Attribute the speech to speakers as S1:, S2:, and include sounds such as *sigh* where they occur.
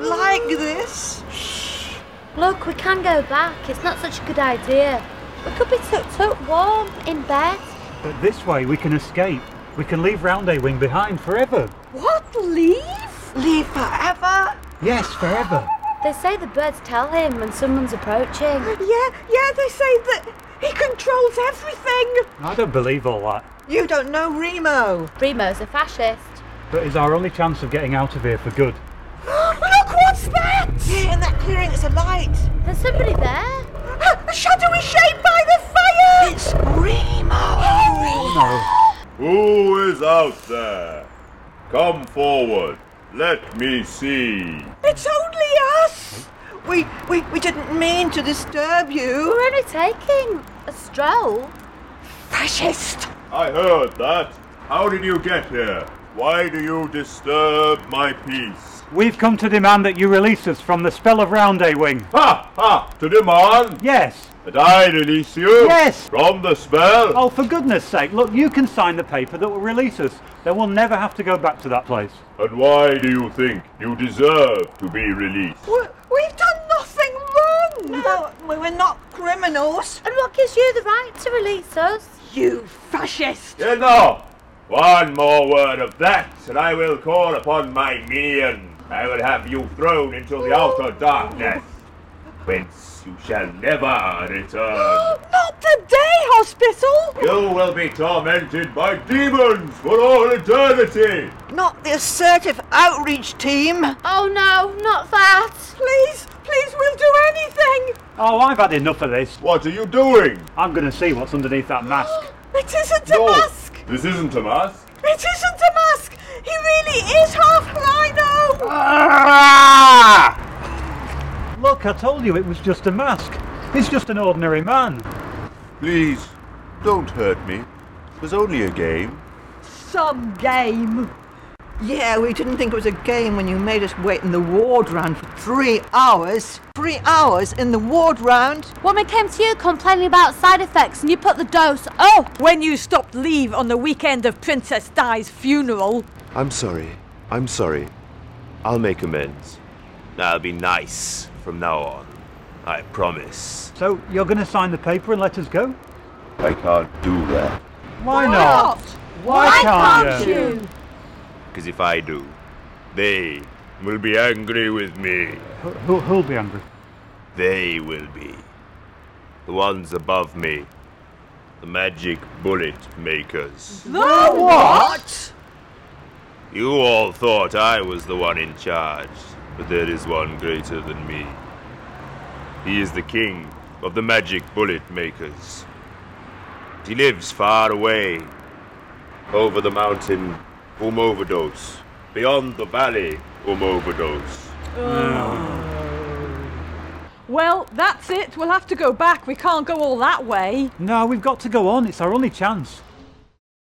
S1: like this.
S2: Look, we can go back. It's not such a good idea. We could be tuk tuk warm in bed.
S3: But this way we can escape. We can leave Rounday Wing behind forever.
S1: What? Leave? Leave forever?
S3: Yes, forever.
S2: They say the birds tell him when someone's approaching.
S1: Yeah, yeah, they say that he controls everything.
S3: I don't believe all that.
S1: You don't know Remo.
S2: Remo's a fascist.
S3: But it's our only chance of getting out of here for good.
S1: *gasps* Look, what's that? Yeah, in that clearing, it's a light.
S2: There's somebody there.
S1: Ah, a shadowy shape by the fire. It's Remo.
S3: Oh
S4: Who is out there? Come forward. Let me see.
S1: It's only us. We, we, we didn't mean to disturb you.
S2: We're only taking a stroll.
S1: Fascist.
S4: I heard that. How did you get here? Why do you disturb my peace?
S3: no. We've come to demand that you release us from the spell of Rounday Wing.
S4: Ha! Ha! To demand
S3: Yes.
S4: that I release you
S3: Yes.
S4: from the spell?
S3: Oh, for goodness sake, look, you can sign the paper that will release us. Then we'll never have to go back to that place.
S4: And why do you think you deserve to be released?
S1: We, we've done nothing wrong. No, we were not criminals.
S2: And what gives you the right to release us?
S1: You fascist.
S4: Enough! One more word of that, and I will call upon my minion. I will have you thrown into the outer darkness, whence you shall never return.
S1: Not today, hospital.
S4: You will be tormented by demons for all eternity!
S1: Not the assertive outreach team.
S2: Oh no, not that.
S1: Please, please, we'll do anything.
S3: Oh, I've had enough of this.
S4: What are you doing?
S3: I'm going to see what's underneath that mask.
S1: It isn't a mask.
S4: This isn't a mask.
S1: It isn't a mask. He really is half rhino.
S5: Ah!
S3: Look, I told you it was just a mask. He's just an ordinary man.
S4: Please, don't hurt me. It was only a game.
S1: Some game. Yeah, we didn't think it was a game when you made us wait in the ward round for three hours. Three hours in the ward round.
S2: When we came to you complaining about side effects and you put the dose, oh,
S6: When you stopped leave on the weekend of Princess Di's funeral.
S5: I'm sorry. I'm sorry. I'll make amends. I'll be nice from now on. I promise.
S3: So you're going to sign the paper and let us go?
S4: I can't do that.
S3: Why, not? Why,
S2: can't you?
S5: Because if I do,
S4: They will be angry with me.
S3: Who, who'll be angry?
S5: they will be. The ones above me. The magic bullet makers.
S1: What?
S5: You all thought I was the one in charge, but there is one greater than me. He is the king of the magic bullet makers. He lives far away, over the mountain, um overdose, beyond the valley, um overdose.
S6: Well, that's it. We'll have to go back. We can't go all that way.
S3: No, we've got to go on. It's our only chance.